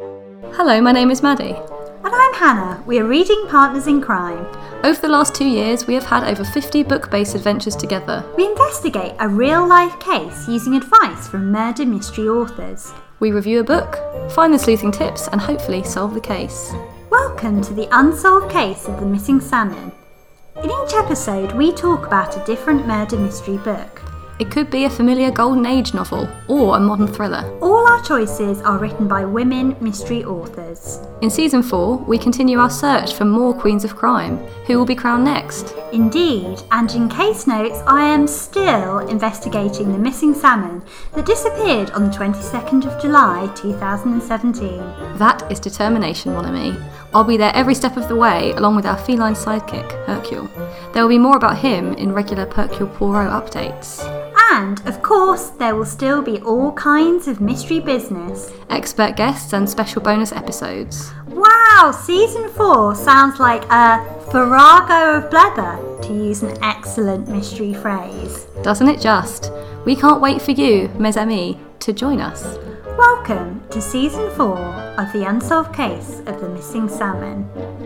Hello, my name is Maddie. And I'm Hannah. We are reading Partners in Crime. Over the last two years, we have had over 50 book based adventures together. We investigate a real life case using advice from murder mystery authors. We review a book, find the sleuthing tips, and hopefully solve the case. Welcome to the unsolved case of the missing salmon. In each episode, we talk about a different murder mystery book. It could be a familiar Golden Age novel or a modern thriller. All our choices are written by women mystery authors. In season four, we continue our search for more Queens of Crime. Who will be crowned next? Indeed, and in case notes, I am still investigating the missing salmon that disappeared on the 22nd of July 2017. That is determination, mon ami. I'll be there every step of the way, along with our feline sidekick, Hercule. There will be more about him in regular Hercule Poirot updates. And, of course, there will still be all kinds of mystery business. expert guests, and special bonus episodes. Wow, season four sounds like a farrago of blether, to use an excellent mystery phrase. Doesn't it just? We can't wait for you, mes amis, to join us. Welcome to season four of The Unsolved Case of the Missing Salmon.